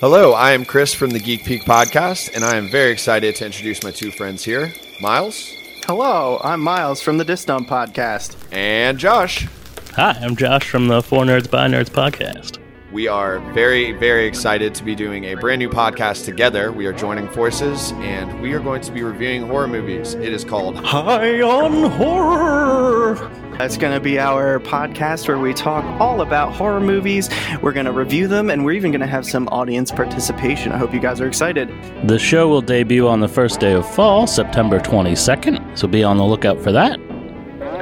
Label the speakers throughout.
Speaker 1: Hello, I am Chris from the Geek Peak podcast, and I am very excited to introduce my two friends here, Miles
Speaker 2: Hello, I'm Miles from the Distump podcast.
Speaker 1: and Josh.
Speaker 3: Hi, I'm Josh from the Four Nerds by Nerds podcast.
Speaker 1: We are very, very excited to be doing a brand new podcast together. We are joining forces, and we are going to be reviewing horror movies. It is called
Speaker 3: High on horror.
Speaker 2: That's going to be our podcast where we talk all about horror movies. We're going to review them and we're even going to have some audience participation. I hope you guys are excited.
Speaker 3: The show will debut on the first day of fall, September 22nd, so be on the lookout for that.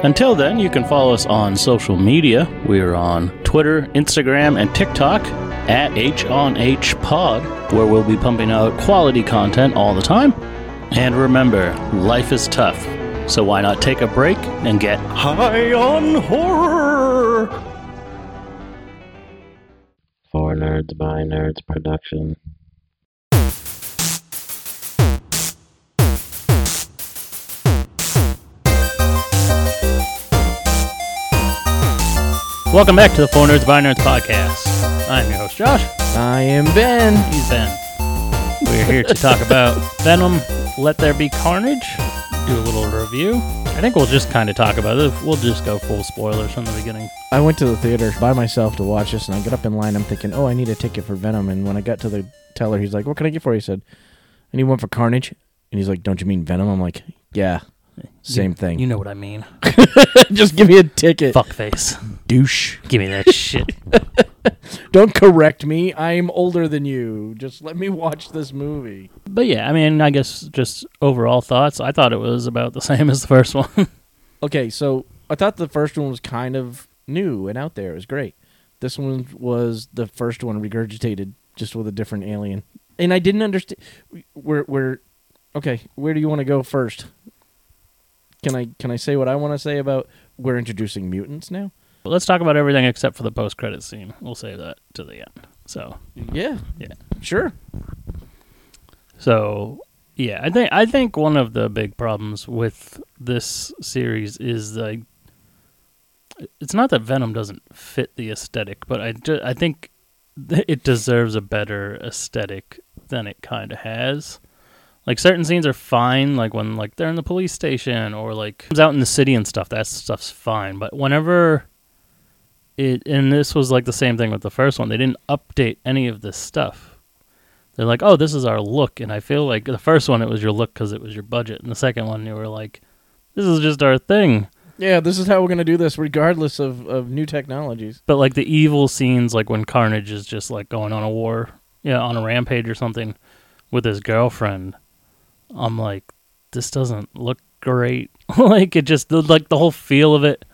Speaker 3: Until then, you can follow us on social media. We're on Twitter, Instagram, and TikTok at HONHPod, where we'll be pumping out quality content all the time. And remember, life is tough, so why not take a break and get high on horror?
Speaker 4: For Nerds by Nerds production.
Speaker 3: Welcome back to the Four Nerds by Nerds podcast. I'm your host, Josh.
Speaker 5: I am Ben.
Speaker 3: He's Ben. We're here to talk about Venom, Let There Be Carnage, do a little review. I think we'll just kind of talk about it. We'll just go full spoilers from the beginning.
Speaker 5: I went to the theater by myself to watch this, and I got up in line. I'm thinking, oh, I need a ticket for Venom. And when I got to the teller, he's like, what can I get for you? He said, I need one for Carnage. And he's like, don't you mean Venom? I'm like, yeah, same thing.
Speaker 3: You know what I mean.
Speaker 5: Just give me a ticket.
Speaker 3: Fuckface.
Speaker 5: Douche.
Speaker 3: Give me that shit.
Speaker 5: Don't correct me. I'm older than you. Just let me watch this movie.
Speaker 3: But yeah, I mean, I guess just overall thoughts. I thought it was about the same as the first one.
Speaker 5: Okay, so I thought the first one was kind of new and out there. It was great. This one was the first one regurgitated, just with a different alien. And I didn't understand. We're we're okay. Where do you want to go first? Can I can I say what I want to say about we're introducing mutants now?
Speaker 3: but let's talk about everything except for the post credit scene. We'll save that to the end. So
Speaker 5: Yeah,
Speaker 3: Yeah.
Speaker 5: sure.
Speaker 3: So yeah, I think I think one of the big problems with this series is like it's not that Venom doesn't fit the aesthetic, but I ju- I think th- it deserves a better aesthetic than it kind of has. Like certain scenes are fine, like when like they're in the police station or like comes out in the city and stuff. That stuff's fine, but whenever it and this was like the same thing with the first one. They didn't update any of this stuff they're like, oh, this is our look. And I feel like the first one, it was your look because it was your budget. And the second one, you were like, this is just our thing.
Speaker 5: Yeah, this is how we're gonna do this, regardless of of new technologies.
Speaker 3: But like the evil scenes, like when Carnage is just like going on a war, yeah, on a rampage or something with his girlfriend, I'm like, this doesn't look great. like it just, the, like the whole feel of it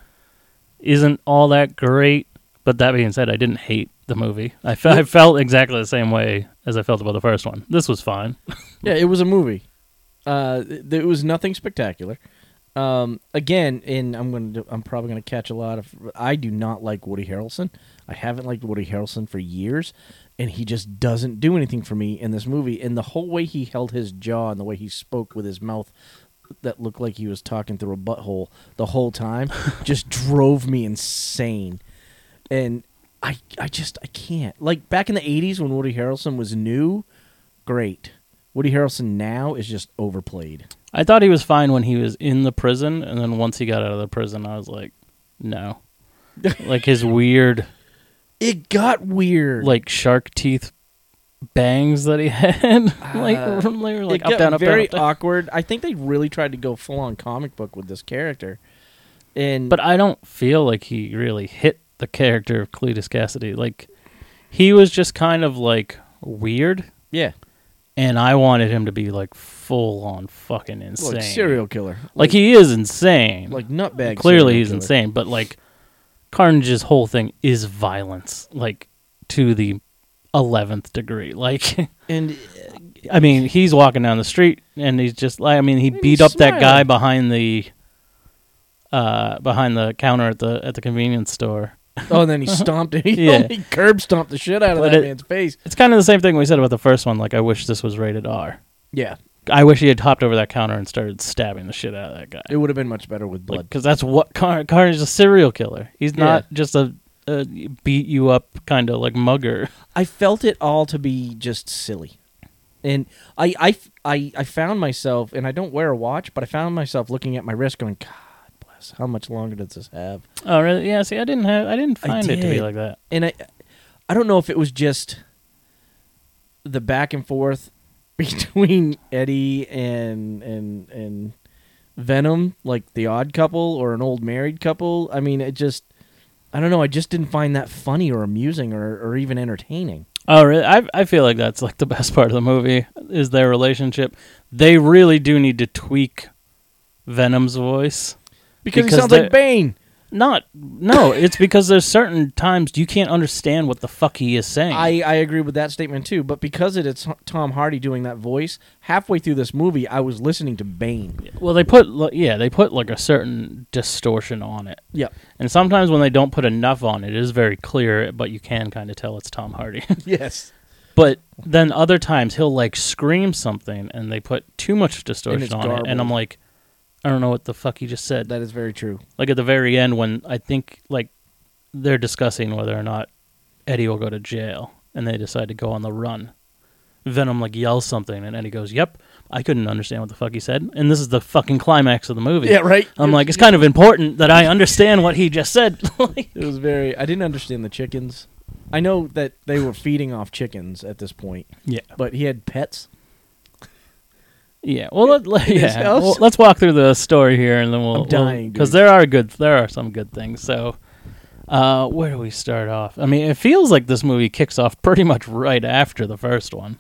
Speaker 3: isn't all that great. But that being said, I didn't hate the movie. I fe- I felt exactly the same way as I felt about the first one. This was fine.
Speaker 5: Yeah, it was a movie. Uh, th- it was nothing spectacular. Um, again, and I'm going to, I'm probably going to catch a lot of. I do not like Woody Harrelson. I haven't liked Woody Harrelson for years, and he just doesn't do anything for me in this movie. And the whole way he held his jaw and the way he spoke with his mouth that looked like he was talking through a butthole the whole time just drove me insane and I I just I can't like back in the '80s when Woody Harrelson was new, great. Woody Harrelson now is just overplayed.
Speaker 3: I thought he was fine when he was in the prison, and then once he got out of the prison, I was like, no. like his weird,
Speaker 5: It got weird.
Speaker 3: like shark teeth bangs that he had, like,
Speaker 5: Uh,
Speaker 3: they were like
Speaker 5: it
Speaker 3: up
Speaker 5: got
Speaker 3: down up down,
Speaker 5: very
Speaker 3: up, down.
Speaker 5: awkward. I think they really tried to go full on comic book with this character, and
Speaker 3: But I don't feel like he really hit the character of Cletus Cassidy. Like he was just kind of like weird,
Speaker 5: yeah,
Speaker 3: and I wanted him to be like full on fucking insane,
Speaker 5: like serial killer,
Speaker 3: Like he is insane,
Speaker 5: like nutbag.
Speaker 3: clearly
Speaker 5: serial
Speaker 3: he's
Speaker 5: killer.
Speaker 3: insane but like carnage's whole thing is violence like to the 11th degree like
Speaker 5: And
Speaker 3: i mean he's walking down the street and he's just like i mean he
Speaker 5: he's
Speaker 3: beat up that guy
Speaker 5: smiling.
Speaker 3: behind the uh behind the counter at the at the convenience store
Speaker 5: oh, and then he stomped. He,
Speaker 3: Yeah.
Speaker 5: he curb stomped the shit out of
Speaker 3: But
Speaker 5: that
Speaker 3: it-
Speaker 5: man's face.
Speaker 3: it's kind of the same thing we said about the first one like i wish this was rated r
Speaker 5: Yeah,
Speaker 3: i wish he had hopped over that counter and started stabbing the shit out of that guy
Speaker 5: it would have been much better with blood.
Speaker 3: because that's what Car- Carnage is a serial killer. He's not just a uh, beat you up kind of like mugger.
Speaker 5: I felt it all to be just silly. And I, I, I, I found myself, and I don't wear a watch, but I found myself looking at my wrist going, God bless, how much longer does this have?
Speaker 3: Oh, really? Yeah. See, I didn't have, I didn't
Speaker 5: I
Speaker 3: find it to be
Speaker 5: did.
Speaker 3: like that.
Speaker 5: And I, I don't know if it was just the back and forth between Eddie and, and, and Venom, like the odd couple or an old married couple. I mean, it just, I don't know. I just didn't find that funny or amusing or, or even entertaining.
Speaker 3: Oh, really? I I feel like that's like the best part of the movie is their relationship. They really do need to tweak Venom's voice.
Speaker 5: Because, he
Speaker 3: Because
Speaker 5: sounds
Speaker 3: the-
Speaker 5: like Bane.
Speaker 3: Not no, it's because there's certain times you can't understand what the fuck he is saying.
Speaker 5: I, I agree with that statement too, but because it is Tom Hardy doing that voice, halfway through this movie, I was listening to Bane.
Speaker 3: well, they put li- yeah, they put like a certain distortion on it.
Speaker 5: Yep.
Speaker 3: And sometimes when they don't put enough on it, it is very clear, but you can kind of tell it's Tom Hardy.
Speaker 5: Yes.
Speaker 3: but then other times he'll like scream something and they put too much distortion on it.
Speaker 5: garbled.
Speaker 3: And I'm like, I don't know what the fuck he just said.
Speaker 5: That is very true.
Speaker 3: like at the very end when I think like they're discussing whether or not Eddie will go to jail and they decide to go on the run. Venom like yells something and Eddie goes, "Yep, I couldn't understand what the fuck he said." And this is the fucking climax of the movie.
Speaker 5: right?
Speaker 3: I'm like, it's kind of important that I understand what he just said. Like-
Speaker 5: It was very I didn't understand the chickens. I know that they were feeding off chickens at this point,
Speaker 3: yeah,
Speaker 5: but he had pets.
Speaker 3: yeah. Well, let, let-
Speaker 5: his
Speaker 3: yeah.
Speaker 5: house?
Speaker 3: Well, let's walk through the story here, and then we'll
Speaker 5: I'm dying, dude.
Speaker 3: because there are good, there are some good things. So, uh, where do we start off? I mean, it feels like this movie kicks off pretty much right after the first one.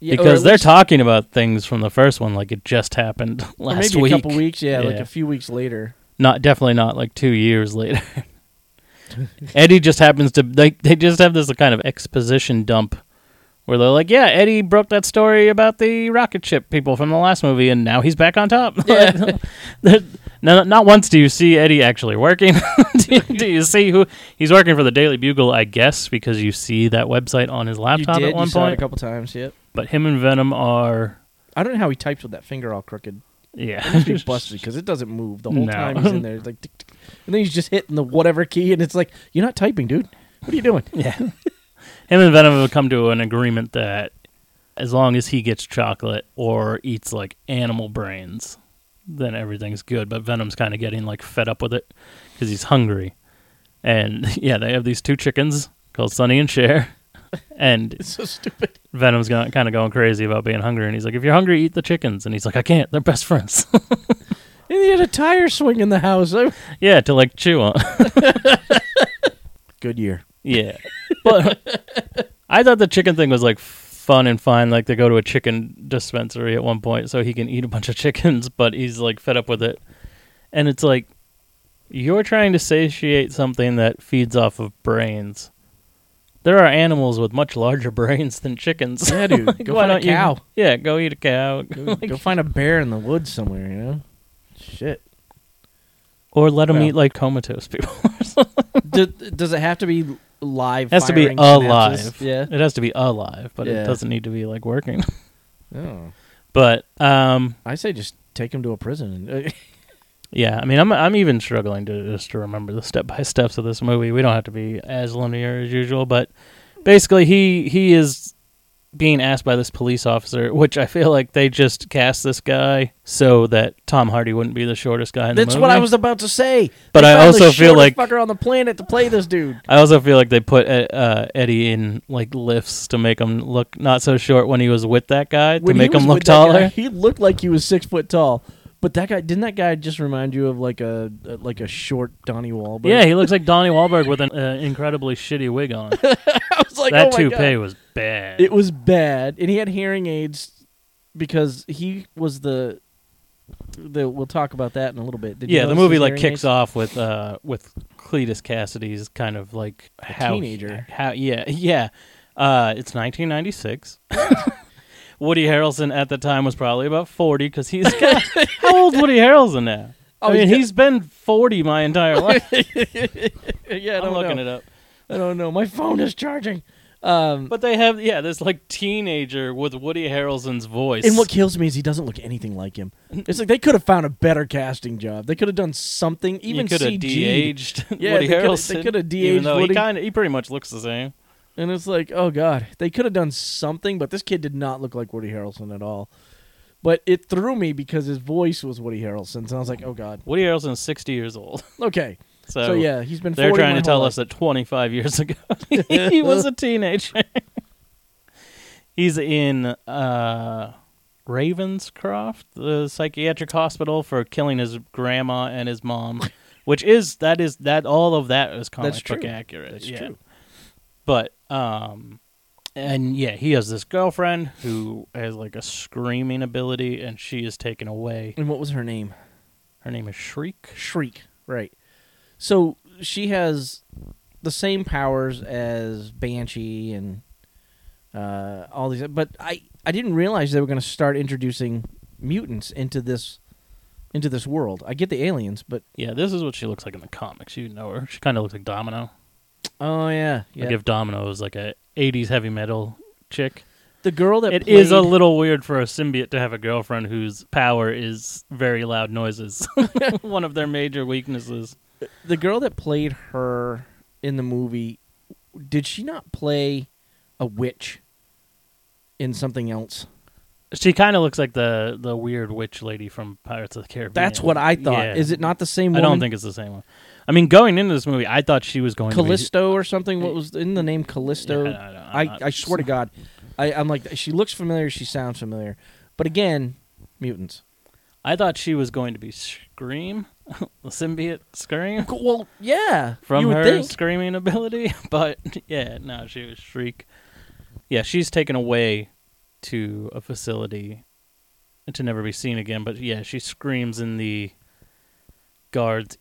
Speaker 5: Yeah, or
Speaker 3: because
Speaker 5: at
Speaker 3: they're
Speaker 5: least-
Speaker 3: talking about things from the first one like it just happened
Speaker 5: or
Speaker 3: last
Speaker 5: maybe
Speaker 3: week.
Speaker 5: a couple weeks, yeah, like
Speaker 3: Yeah.
Speaker 5: a few weeks later.
Speaker 3: Not definitely not like two years later. Eddie just happens to they they just have this kind of exposition dump where they're like, yeah, Eddie broke that story about the rocket ship people from the last movie, and now he's back on top. Yeah. not, not once do you see Eddie actually working. do, you, do you see who he's working for the Daily Bugle? I guess because you see that website on his laptop
Speaker 5: you did
Speaker 3: at one
Speaker 5: you saw it
Speaker 3: point.
Speaker 5: a couple times, yep.
Speaker 3: but him and Venom are
Speaker 5: I don't know how he types with that finger all crooked.
Speaker 3: yeah.
Speaker 5: It must be busted because it doesn't move the whole
Speaker 3: No.
Speaker 5: time he's in there. It's like, tick, tick. and then he's just hitting the whatever key, and it's like, you're not typing, dude. What are you doing?
Speaker 3: Yeah. Him and Venom have come to an agreement that as long as he gets chocolate or eats like animal brains, then everything's good. But Venom's kind of getting like fed up with it because he's hungry. And yeah, they have these two chickens called Sunny and Cher. And
Speaker 5: It's so stupid.
Speaker 3: Venom's going, kind of going crazy about being hungry. And he's like, if you're hungry, eat the chickens. And he's like, I can't. They're best friends.
Speaker 5: And he had a tire swing in the house. I-
Speaker 3: yeah, to like chew on.
Speaker 5: Good year.
Speaker 3: Yeah. But I thought the chicken thing was like fun and fine. Like they go to a chicken dispensary at one point so he can eat a bunch of chickens, but he's like fed up with it. And it's like you're trying to satiate something that feeds off of brains. There are animals with much larger brains than chickens.
Speaker 5: Yeah, dude.
Speaker 3: Like,
Speaker 5: go
Speaker 3: why
Speaker 5: find a
Speaker 3: don't you-
Speaker 5: cow.
Speaker 3: Yeah, go eat a cow.
Speaker 5: Go, go find a bear in the woods somewhere, you know? Shit.
Speaker 3: Or let them
Speaker 5: Well.
Speaker 3: eat like comatose people.
Speaker 5: Do, does it have to be live?
Speaker 3: it has to be
Speaker 5: firing
Speaker 3: alive.
Speaker 5: synapses? Yeah.
Speaker 3: It has to be alive, but
Speaker 5: Yeah.
Speaker 3: it doesn't need to be like working.
Speaker 5: Oh.
Speaker 3: But um
Speaker 5: I say just take him to a prison. and-
Speaker 3: Yeah, I mean, I'm I'm even struggling to just to remember the step by steps of this movie. We don't have to be as linear as usual, but basically, he he is being asked by this police officer, which I feel like they just cast this guy so that Tom Hardy wouldn't be the shortest guy in
Speaker 5: That's
Speaker 3: the movie.
Speaker 5: what I was about to say.
Speaker 3: But
Speaker 5: They
Speaker 3: I
Speaker 5: found the
Speaker 3: also feel like-
Speaker 5: shortest fucker on the planet to play this dude.
Speaker 3: I also feel like they put uh, uh, Eddie in like lifts to make him look not so short when he was with that guy to
Speaker 5: When he
Speaker 3: make him
Speaker 5: was
Speaker 3: look
Speaker 5: with that guy,
Speaker 3: taller.
Speaker 5: he looked like he was six foot tall. But that guy didn't that guy just remind you of like a like a short Donnie Wahlberg?
Speaker 3: Yeah, he looks like Donnie Wahlberg with an uh, incredibly shitty wig on.
Speaker 5: I was like,
Speaker 3: that
Speaker 5: oh my God.
Speaker 3: toupee was bad.
Speaker 5: It was bad, and he had hearing aids because he was the. The, we'll talk about that in a little bit. Did you
Speaker 3: yeah, the
Speaker 5: notice
Speaker 3: movie
Speaker 5: his
Speaker 3: like
Speaker 5: hearing
Speaker 3: kicks
Speaker 5: aids?
Speaker 3: off with uh with Cletus Cassidy's kind of like how
Speaker 5: teenager.
Speaker 3: how yeah yeah uh it's 1996. Woody Harrelson at the time was probably about 40 because he's got, how old Woody Harrelson now?
Speaker 5: Oh,
Speaker 3: I mean,
Speaker 5: he's got-
Speaker 3: he's been 40 my entire life.
Speaker 5: yeah, I
Speaker 3: I'm
Speaker 5: don't
Speaker 3: looking
Speaker 5: know.
Speaker 3: it up.
Speaker 5: I don't know. My phone is charging. Um,
Speaker 3: But they have yeah, this like teenager with Woody Harrelson's voice.
Speaker 5: and what kills me is he doesn't look anything like him. It's like they could have found a better casting job. They could have done something, even
Speaker 3: you could have
Speaker 5: CG.
Speaker 3: de-aged
Speaker 5: Yeah,
Speaker 3: Woody
Speaker 5: they coulda- they
Speaker 3: Harrelson.
Speaker 5: coulda
Speaker 3: even
Speaker 5: de-aged
Speaker 3: though he
Speaker 5: Woody-
Speaker 3: kind of he pretty much looks the same.
Speaker 5: And it's like, oh god, they could have done something, but this kid did not look like Woody Harrelson at all. But it threw me because his voice was Woody Harrelson's, and I was like, oh god,
Speaker 3: Woody Harrelson's sixty years old,
Speaker 5: okay.
Speaker 3: so,
Speaker 5: So, yeah, he's been.
Speaker 3: they're
Speaker 5: 40
Speaker 3: trying
Speaker 5: my
Speaker 3: to tell
Speaker 5: whole
Speaker 3: us
Speaker 5: life.
Speaker 3: that twenty five years ago he was a teenager. He's in uh, Ravenscroft, the psychiatric hospital for killing his grandma and his mom, which is that is that all of that is comic
Speaker 5: That's
Speaker 3: book
Speaker 5: true.
Speaker 3: accurate.
Speaker 5: That's
Speaker 3: yeah.
Speaker 5: true.
Speaker 3: But um and yeah, he has this girlfriend who has like a screaming ability and she is taken away.
Speaker 5: And what was her name?
Speaker 3: Her name is Shriek.
Speaker 5: Shriek. Right. So she has the same powers as Banshee and uh, all these, but I I didn't realize they were going to start introducing mutants into this into this world. I get the aliens, but
Speaker 3: Yeah, this is what she looks like in the comics. You know her. She kind of looks like Domino.
Speaker 5: oh yeah, yeah.
Speaker 3: Like if Domino was like a 80s heavy metal chick.
Speaker 5: the girl that
Speaker 3: It is
Speaker 5: played,
Speaker 3: a little weird for a symbiote to have a girlfriend whose power is very loud noises. One of their major weaknesses.
Speaker 5: the girl that played her in the movie. Did she not play a witch in something else?
Speaker 3: She kind of looks like the the weird witch lady from Pirates of the Caribbean.
Speaker 5: That's what I thought.
Speaker 3: Yeah.
Speaker 5: Is it not the same?
Speaker 3: I
Speaker 5: Woman?
Speaker 3: don't think it's the same one. I mean, going into this movie, I thought she was going to
Speaker 5: Callisto or something. What was in the name Callisto?
Speaker 3: Yeah, I don't know.
Speaker 5: I,
Speaker 3: I'm
Speaker 5: I,
Speaker 3: not-
Speaker 5: swear to God, I, I'm like she looks familiar. She sounds familiar, but again, mutants.
Speaker 3: be. I thought she was going to be Scream, the symbiote Scream
Speaker 5: Well, yeah,
Speaker 3: from
Speaker 5: you would
Speaker 3: her
Speaker 5: think.
Speaker 3: screaming ability, but yeah, no, she was Shriek. Yeah, she's taken away to a facility to never be seen again. But yeah, she screams in the guards,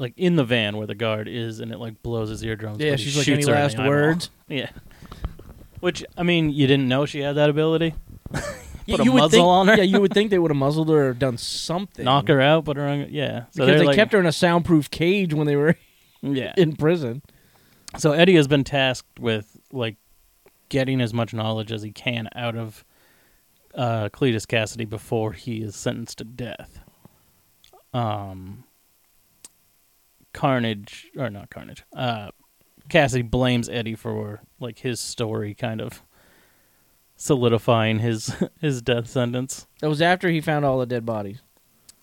Speaker 3: like in the van where the guard is, and it like blows his eardrums.
Speaker 5: Yeah,
Speaker 3: but he
Speaker 5: she's like,
Speaker 3: shoots
Speaker 5: "Any
Speaker 3: her in the
Speaker 5: last
Speaker 3: eyeball."
Speaker 5: words?
Speaker 3: Yeah. Which I mean, you didn't know she had that ability.
Speaker 5: Yeah,
Speaker 3: Put a
Speaker 5: you would
Speaker 3: muzzle
Speaker 5: think-
Speaker 3: on her.
Speaker 5: Yeah, you would think they would have muzzled her or done something.
Speaker 3: Knock her out, put her on. Yeah, so
Speaker 5: because
Speaker 3: they're
Speaker 5: they
Speaker 3: like,
Speaker 5: kept her in a soundproof cage when they were
Speaker 3: Yeah.
Speaker 5: in prison.
Speaker 3: So Eddie has been tasked with like getting as much knowledge as he can out of uh, Cletus Cassidy before he is sentenced to death. Um, Carnage or not Carnage? Uh, Cassidy blames Eddie for like his story, kind of solidifying his his death sentence.
Speaker 5: That was after he found all the dead bodies.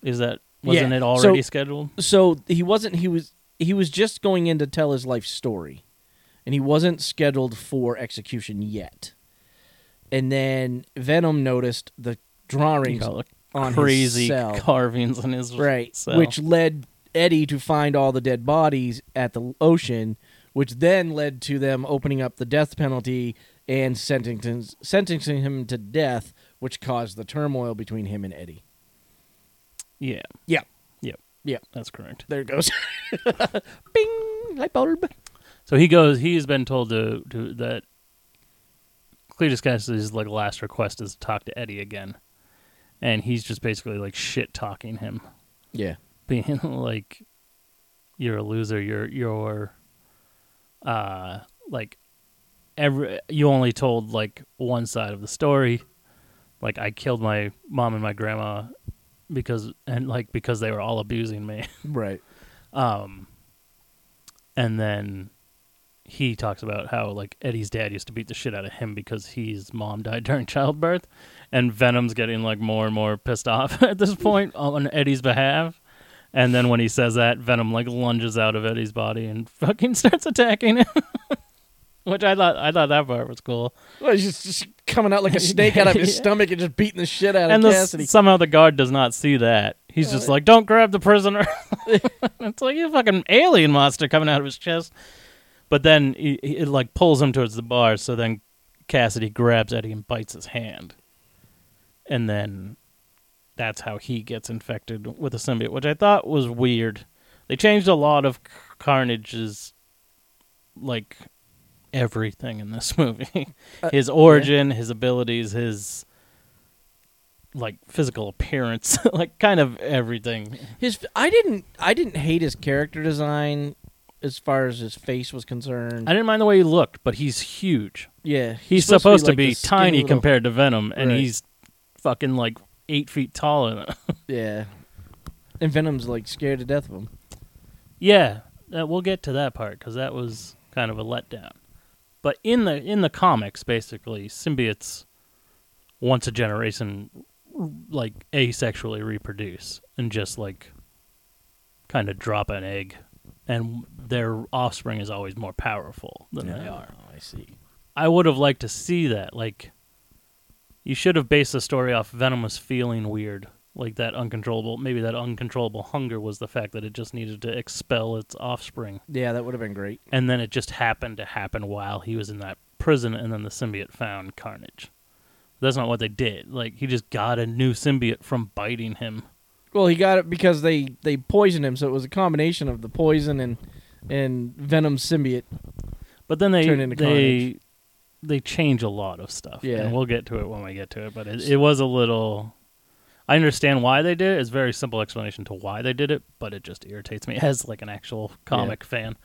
Speaker 3: Is that
Speaker 5: Yeah,
Speaker 3: wasn't it
Speaker 5: so-
Speaker 3: already scheduled?
Speaker 5: So he wasn't. He was. He was just going in to tell his life story, and he wasn't scheduled for execution yet. And then Venom noticed the
Speaker 3: You
Speaker 5: drawings
Speaker 3: got, like,
Speaker 5: on
Speaker 3: crazy
Speaker 5: his cell,
Speaker 3: carvings on his
Speaker 5: right?
Speaker 3: cell.
Speaker 5: Which led Eddie to find all the dead bodies at the ocean, which then led to them opening up the death penalty and sentencing sentencing him to death, which caused the turmoil between him and Eddie.
Speaker 3: yeah,
Speaker 5: Yeah,
Speaker 3: yep,
Speaker 5: yeah.
Speaker 3: that's correct.
Speaker 5: There it goes. Bing, light bulb.
Speaker 3: So he goes. He's been told to, to that Cletus Cassidy's like last request is to talk to Eddie again, and he's just basically like shit talking him,
Speaker 5: Yeah.
Speaker 3: being like, "You're a loser. You're you're, uh, like, every you only told like one side of the story. Like I killed my mom and my grandma because and like because they were all abusing me."
Speaker 5: Right.
Speaker 3: Um, and then he talks about how like Eddie's dad used to beat the shit out of him because his mom died during childbirth, and Venom's getting like more and more pissed off at this point on Eddie's behalf. And then when he says that, Venom like lunges out of Eddie's body and fucking starts attacking him. Which I thought I thought that part was cool.
Speaker 5: Well, he's just, just coming out like a snake out of his
Speaker 3: Yeah.
Speaker 5: stomach and just beating the shit out
Speaker 3: and
Speaker 5: of
Speaker 3: the,
Speaker 5: Cassidy.
Speaker 3: somehow the guard does not see that. He's just like, "Don't grab the prisoner." it's like you fucking alien monster coming out of his chest. But then he, he- it like pulls him towards the bar. So then Cassidy grabs Eddie and bites his hand, and then that's how he gets infected with a symbiote, which I thought was weird. They changed a lot of C- Carnage's like everything in this movie.
Speaker 5: Uh,
Speaker 3: his origin, his abilities, his like physical appearance, like kind of everything.
Speaker 5: His I didn't I didn't hate his character design as far as his face was concerned.
Speaker 3: I didn't mind the way he looked, but he's huge.
Speaker 5: yeah,
Speaker 3: He's, supposed, to be,
Speaker 5: like, the skinny
Speaker 3: tiny
Speaker 5: little-
Speaker 3: compared to Venom, and
Speaker 5: Right.
Speaker 3: he's fucking like eight feet taller. Than
Speaker 5: Yeah, and Venom's like scared to death of him.
Speaker 3: yeah, that, we'll get to that part because that was kind of a letdown. But in the in the comics, basically, symbiotes once a generation like asexually reproduce and just like kind of drop an egg, and their offspring is always more powerful than they are.
Speaker 5: Oh, I see.
Speaker 3: I would have liked to see that. Like, you should have based the story off Venom was feeling weird, like that uncontrollable. Maybe that uncontrollable hunger was the fact that it just needed to expel its offspring,
Speaker 5: Yeah, that would have been great.
Speaker 3: and then it just happened to happen while he was in that prison, and then the symbiote found Carnage. That's not what they did. Like, he just got a new symbiote from biting him.
Speaker 5: Well, he got it because they they poisoned him, so it was a combination of the poison and and Venom symbiote.
Speaker 3: But then they
Speaker 5: Turned into
Speaker 3: they they change a lot of stuff.
Speaker 5: Yeah.
Speaker 3: and we'll get to it when we get to it. But it, it was a little. I understand why they did it. It's a very simple explanation to why they did it, but it just irritates me as like an actual comic fan.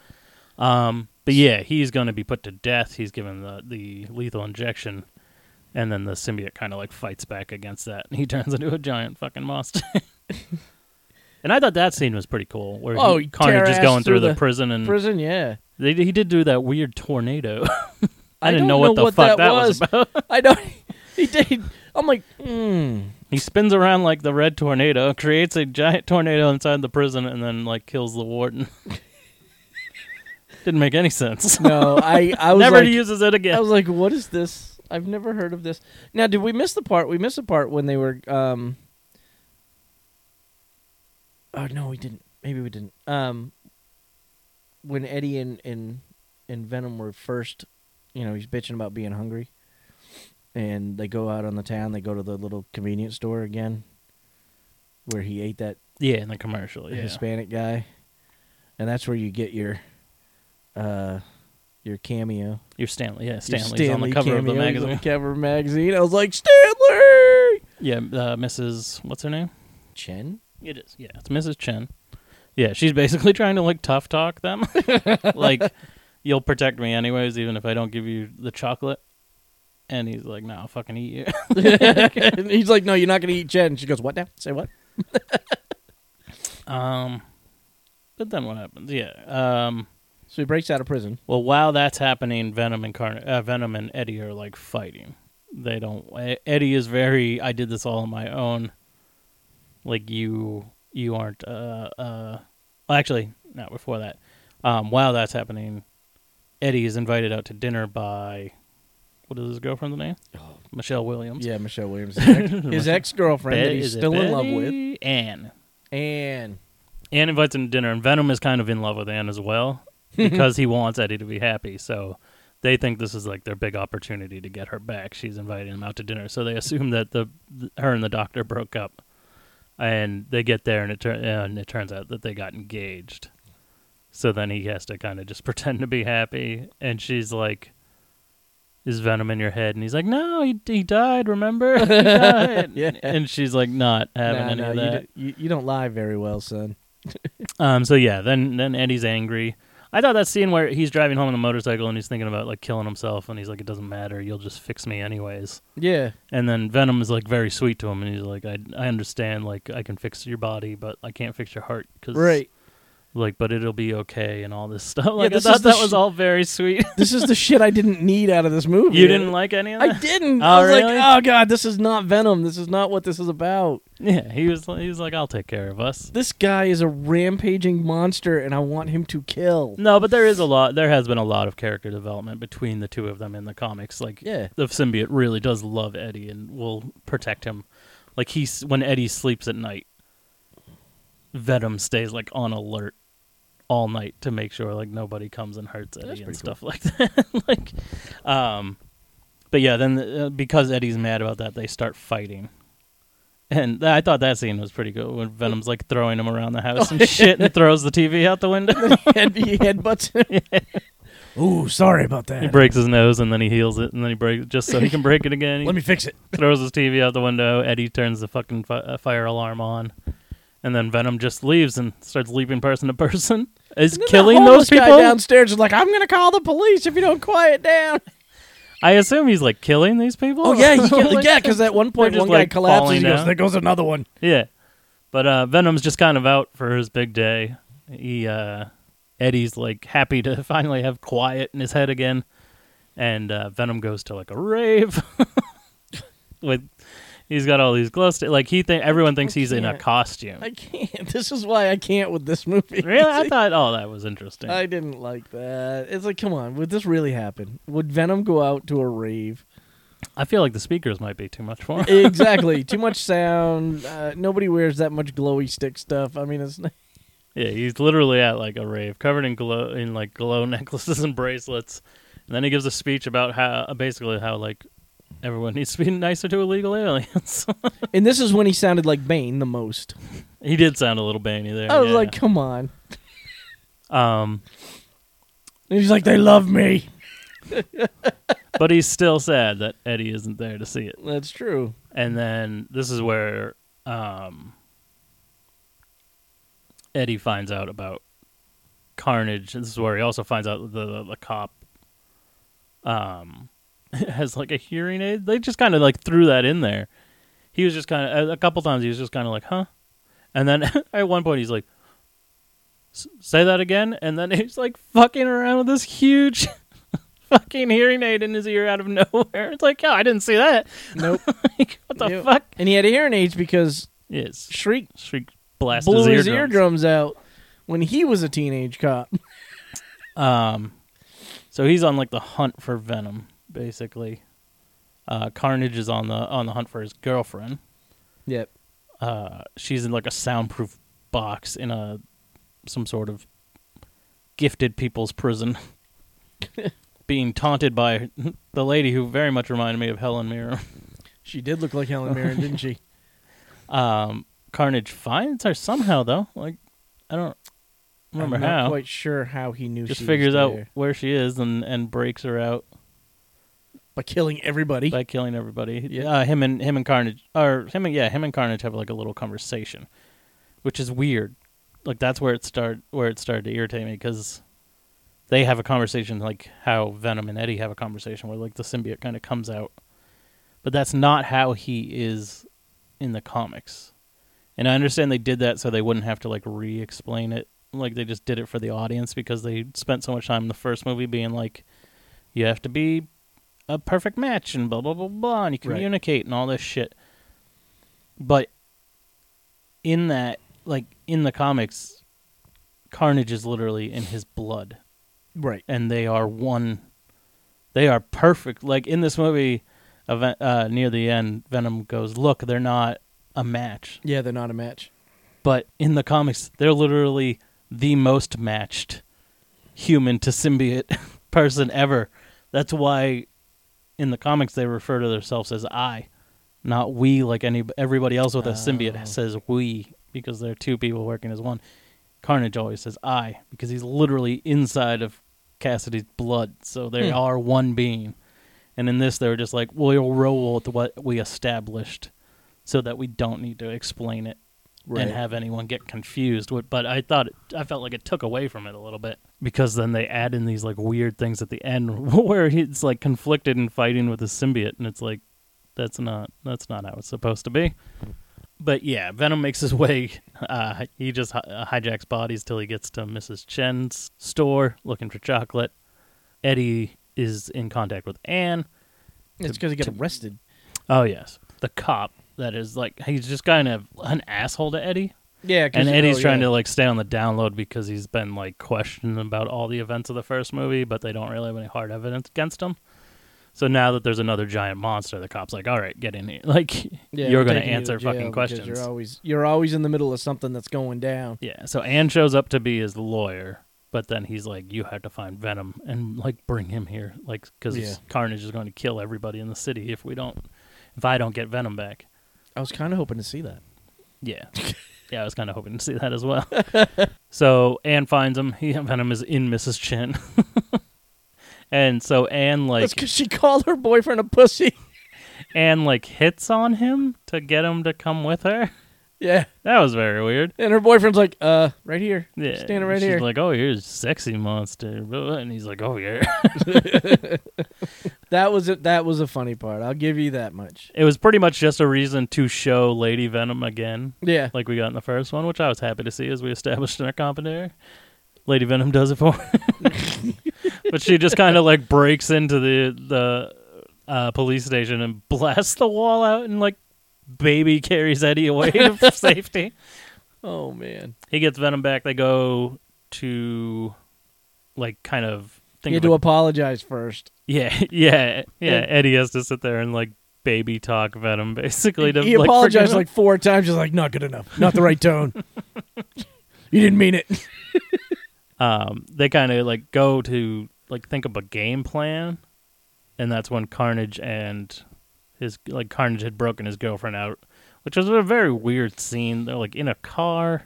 Speaker 3: Um, but yeah, he's going to be put to death. He's given the the lethal injection, and then the symbiote kind of like fights back against that, and he turns into a giant fucking monster. and I thought that scene was pretty cool, where
Speaker 5: Oh,
Speaker 3: he, Carnage is
Speaker 5: tear
Speaker 3: going
Speaker 5: ass
Speaker 3: through
Speaker 5: through
Speaker 3: the,
Speaker 5: the
Speaker 3: prison and
Speaker 5: Prison, yeah.
Speaker 3: they, he did do that weird tornado. I,
Speaker 5: I
Speaker 3: didn't
Speaker 5: don't
Speaker 3: know what
Speaker 5: know
Speaker 3: the
Speaker 5: what
Speaker 3: fuck that,
Speaker 5: that
Speaker 3: was.
Speaker 5: was.
Speaker 3: about.
Speaker 5: I don't. He did. I'm like, hmm.
Speaker 3: he spins around like the red tornado, creates a giant tornado inside the prison, and then like kills the warden. didn't make any sense.
Speaker 5: No, I I was
Speaker 3: Never
Speaker 5: like,
Speaker 3: uses it
Speaker 5: I
Speaker 3: again.
Speaker 5: was like, what is this? I've never heard of this. Now, did we miss the part? We missed the part when they were. um Oh no, we didn't. Maybe we didn't. Um When Eddie and and and Venom were first, you know, he's bitching about being hungry, and they go out on the town. They go to the little convenience store again, where he ate that
Speaker 3: yeah, in the commercial. Yeah.
Speaker 5: Hispanic guy, and that's where you get your. uh your cameo
Speaker 3: You're Stanley. Yeah,
Speaker 5: your
Speaker 3: Stanley's on the
Speaker 5: Stanley
Speaker 3: cover of the
Speaker 5: cameo. He's on
Speaker 3: magazine.
Speaker 5: the cover of magazine. I was like, Stanley
Speaker 3: Yeah, uh, Mrs. What's her name?
Speaker 5: Chen.
Speaker 3: It is. Yeah, it's Mrs. Chen. Yeah, she's basically trying to like tough talk them. like, you'll protect me anyways, even if I don't give you the chocolate. And he's like, "No, I'll fucking eat you."
Speaker 5: And he's like, no, you're not going to eat Chen. She goes, what now? Say what?
Speaker 3: Um, but then what happens? Yeah. Um.
Speaker 5: So he breaks out of prison.
Speaker 3: Well, while that's happening, Venom and Carn- uh, Venom and Eddie are like fighting. They don't. E- Eddie is very. I did this all on my own. Like you, you aren't. Uh. Uh. well, actually, not before that. Um. While that's happening, Eddie is invited out to dinner by. What is his girlfriend's name? Michelle Williams.
Speaker 5: Yeah, Michelle Williams. His ex girlfriend that
Speaker 3: Be-
Speaker 5: he's
Speaker 3: is it
Speaker 5: still in love with.
Speaker 3: Betty? Anne.
Speaker 5: And
Speaker 3: Anne invites him to dinner, and Venom is kind of in love with Anne as well because he wants Eddie to be happy. So they think this is like their big opportunity to get her back. She's inviting him out to dinner, so they assume that the th- her and the doctor broke up, and they get there, and it tur- uh, and it turns out that they got engaged. So then he has to kind of just pretend to be happy, and she's like. Is venom in your head? And he's like, "No, he he died. Remember?" He died."
Speaker 5: Yeah.
Speaker 3: And she's like, "Not having
Speaker 5: Nah,
Speaker 3: any
Speaker 5: nah,
Speaker 3: of
Speaker 5: you
Speaker 3: that."
Speaker 5: d- you, you don't lie very well, son.
Speaker 3: Um. So yeah, then then Eddie's angry. I thought that scene where he's driving home on the motorcycle and he's thinking about like killing himself and he's like, "It doesn't matter. You'll just fix me anyways."
Speaker 5: Yeah.
Speaker 3: And then Venom is like very sweet to him and he's like, "I I understand. Like I can fix your body, but I can't fix your heart because
Speaker 5: Right.
Speaker 3: like, but it'll be okay and all this stuff." Like I
Speaker 5: this is
Speaker 3: thought
Speaker 5: the
Speaker 3: that
Speaker 5: sh-
Speaker 3: was all very sweet.
Speaker 5: this is the shit I didn't need out of this movie.
Speaker 3: you didn't like any of
Speaker 5: I
Speaker 3: that.
Speaker 5: didn't.
Speaker 3: Oh,
Speaker 5: I was
Speaker 3: really?
Speaker 5: like, oh, God, this is not Venom. This is not what this is about.
Speaker 3: Yeah. He was he was like, "I'll take care of us."
Speaker 5: This guy is a rampaging monster, and I want him to kill.
Speaker 3: No, but there is a lot. There has been a lot of character development between the two of them in the comics. Like,
Speaker 5: Yeah.
Speaker 3: the symbiote really does love Eddie and will protect him. Like he's when Eddie sleeps at night, Venom stays like on alert all night to make sure like nobody comes and hurts Eddie and
Speaker 5: pretty
Speaker 3: stuff like that. like, um, but yeah, then uh, because Eddie's mad about that, they start fighting. And th- I thought that scene was pretty good when Venom's like throwing him around the house
Speaker 5: Oh,
Speaker 3: and shit and throws the TV out the window.
Speaker 5: head, he headbutts him. Ooh, sorry about that.
Speaker 3: He breaks his nose and then he heals it and then he breaks it just so he can break it again. He
Speaker 5: Let me fix it.
Speaker 3: throws his TV out the window. Eddie turns the fucking fi- uh, fire alarm on, and then Venom just leaves and starts leaping person to person. Is
Speaker 5: And then
Speaker 3: killing
Speaker 5: the
Speaker 3: those
Speaker 5: homeless
Speaker 3: people?
Speaker 5: Guy downstairs is like, I'm gonna call the police if you don't quiet down.
Speaker 3: I assume he's like killing these people.
Speaker 5: Oh yeah, he can,
Speaker 3: Like-
Speaker 5: yeah. Because at one point,
Speaker 3: just,
Speaker 5: one
Speaker 3: like,
Speaker 5: guy collapses.
Speaker 3: falling
Speaker 5: He goes,
Speaker 3: down.
Speaker 5: there goes another one.
Speaker 3: yeah. But uh, Venom's just kind of out for his big day. He uh, Eddie's like happy to finally have quiet in his head again, and uh, Venom goes to like a rave with. He's got all these glow sticks. Like he think everyone thinks he's in a
Speaker 5: can't.
Speaker 3: costume.
Speaker 5: I can't. This is why I can't with this movie.
Speaker 3: Really, I thought, oh, that was interesting.
Speaker 5: I didn't like that. It's like, come on, would this really happen? Would Venom go out to a rave?
Speaker 3: I feel like the speakers might be too much for him.
Speaker 5: exactly. Too much sound. Uh, nobody wears that much glowy stick stuff. I mean, it's not-
Speaker 3: Yeah, he's literally at like a rave, covered in glow in like glow necklaces and bracelets. And then he gives a speech about how uh, basically how like everyone needs to be nicer to illegal aliens.
Speaker 5: and this is when he sounded like Bane the most.
Speaker 3: he did sound a little banny there.
Speaker 5: I was
Speaker 3: Oh, yeah.
Speaker 5: like, come on.
Speaker 3: um,
Speaker 5: And he's like, they love me.
Speaker 3: but he's still sad that Eddie isn't there to see it.
Speaker 5: That's true.
Speaker 3: And then this is where um, Eddie finds out about Carnage. This is where he also finds out the the, the cop um, has like a hearing aid. They just kind of like threw that in there. He was just kind of a couple times he was just kind of like, huh? And then at one point he's like, "S- say that again. And then he's like fucking around with this huge. Fucking hearing aid in his ear out of nowhere. It's like, yeah, I didn't see that.
Speaker 5: Nope.
Speaker 3: Like, what the
Speaker 5: Yep.
Speaker 3: fuck?
Speaker 5: and he had hearing aids because
Speaker 3: Yes.
Speaker 5: Shriek
Speaker 3: Shriek blasted
Speaker 5: blew his
Speaker 3: his,
Speaker 5: eardrums out when he was a teenage cop.
Speaker 3: Um, so he's on like the hunt for Venom, basically. Uh, Carnage is on the on the hunt for his girlfriend.
Speaker 5: Yep.
Speaker 3: Uh, she's in like a soundproof box in a some sort of gifted people's prison, being taunted by the lady who very much reminded me of Helen Mirren.
Speaker 5: She did look like Helen Mirren, didn't she?
Speaker 3: Um, Carnage finds her somehow though. Like I don't remember
Speaker 5: I'm
Speaker 3: how.
Speaker 5: Not quite sure how he knew.
Speaker 3: just
Speaker 5: she
Speaker 3: figures
Speaker 5: was
Speaker 3: out
Speaker 5: there.
Speaker 3: where she is and and breaks her out
Speaker 5: by killing everybody.
Speaker 3: by killing everybody.
Speaker 5: Yeah.
Speaker 3: Uh, him and him and Carnage or him and yeah, him and Carnage have like a little conversation, which is weird. Like that's where it start where it started to irritate me because they have a conversation like how Venom and Eddie have a conversation where like the symbiote kind of comes out, but that's not how he is in the comics. And I understand they did that so they wouldn't have to like re-explain it. Like they just did it for the audience because they spent so much time in the first movie being like, you have to be a perfect match and blah blah blah blah, and you
Speaker 5: Right.
Speaker 3: communicate and all this shit. But in that, like in the comics, Carnage is literally in his blood
Speaker 5: right.
Speaker 3: and they are one. They are perfect. Like in this movie, a Ven- uh, near the end, Venom goes, "Look, they're not a match."
Speaker 5: Yeah, they're not a match.
Speaker 3: But in the comics, they're literally the most matched human to symbiote person ever. That's why in the comics they refer to themselves as "I," not "we." Like any everybody else with a
Speaker 5: Oh.
Speaker 3: symbiote says "we" because they're two people working as one. Carnage always says "I" because he's literally inside of Cassidy's blood, so they
Speaker 5: Hmm.
Speaker 3: are one being. And in this, they were just like, "We'll roll with what we established, so that we don't need to explain it." and have anyone get confused. with- But I thought it, I felt like it took away from it a little bit because then they add in these like weird things at the end where he's like conflicted and fighting with a symbiote, and it's like that's not that's not how it's supposed to be. But yeah, Venom makes his way. Uh, he just hi- uh, hijacks bodies till he gets to Mrs. Chen's store looking for chocolate. Eddie is in contact with Anne.
Speaker 5: it's because he got arrested.
Speaker 3: Oh yes, the cop that is like he's just kind of an asshole to Eddie.
Speaker 5: oh, Yeah,
Speaker 3: And Eddie's trying to like stay on the download because he's been like questioned about all the events of the first movie, but they don't really have any hard evidence against him. So now that there's another giant monster, the cop's like, "All right, get in here. Like you're going to answer fucking questions."
Speaker 5: You're always you're always in the middle of something that's going down.
Speaker 3: Yeah. So Anne shows up to be his lawyer, but then he's like, "You have to find Venom and like bring him here, like because
Speaker 5: Yeah.
Speaker 3: Carnage is going to kill everybody in the city if we don't, if I don't get Venom back."
Speaker 5: I was kind of hoping to see that.
Speaker 3: Yeah. Yeah, I was kind of hoping to see that as well. so Anne finds him. He Venom is in Mrs. Chin, and so Anne
Speaker 5: That's
Speaker 3: like
Speaker 5: because she called her boyfriend a pussy.
Speaker 3: Anne like hits on him to get him to come with her.
Speaker 5: Yeah.
Speaker 3: That was very weird.
Speaker 5: And her boyfriend's like, uh, right here.
Speaker 3: Yeah,
Speaker 5: Standing right
Speaker 3: she's
Speaker 5: here.
Speaker 3: Like, oh, you're a sexy monster, blah," and he's like, oh yeah.
Speaker 5: that was it. That was a funny part. I'll give you that much.
Speaker 3: it was pretty much just a reason to show Lady Venom again,
Speaker 5: Yeah.
Speaker 3: like we got in the first one, which I was happy to see as we established in our commentary. Lady Venom does it for, but she just kind of like breaks into the the uh, police station and blasts the wall out and like baby carries Eddie away to safety.
Speaker 5: Oh man.
Speaker 3: He gets Venom back. They go to like kind of
Speaker 5: You
Speaker 3: think
Speaker 5: had
Speaker 3: of
Speaker 5: to
Speaker 3: a-
Speaker 5: apologize first.
Speaker 3: Yeah, yeah, yeah.
Speaker 5: Yeah.
Speaker 3: Eddie has to sit there and like baby talk Venom basically. To,
Speaker 5: he
Speaker 3: like, forgive
Speaker 5: apologized
Speaker 3: him.
Speaker 5: like four times. Just like, not good enough. Not the right tone. you didn't mean it.
Speaker 3: um, they kind of like go to like think of a game plan, and that's when Carnage and his like Carnage had broken his girlfriend out, which was a very weird scene. They're like in a car,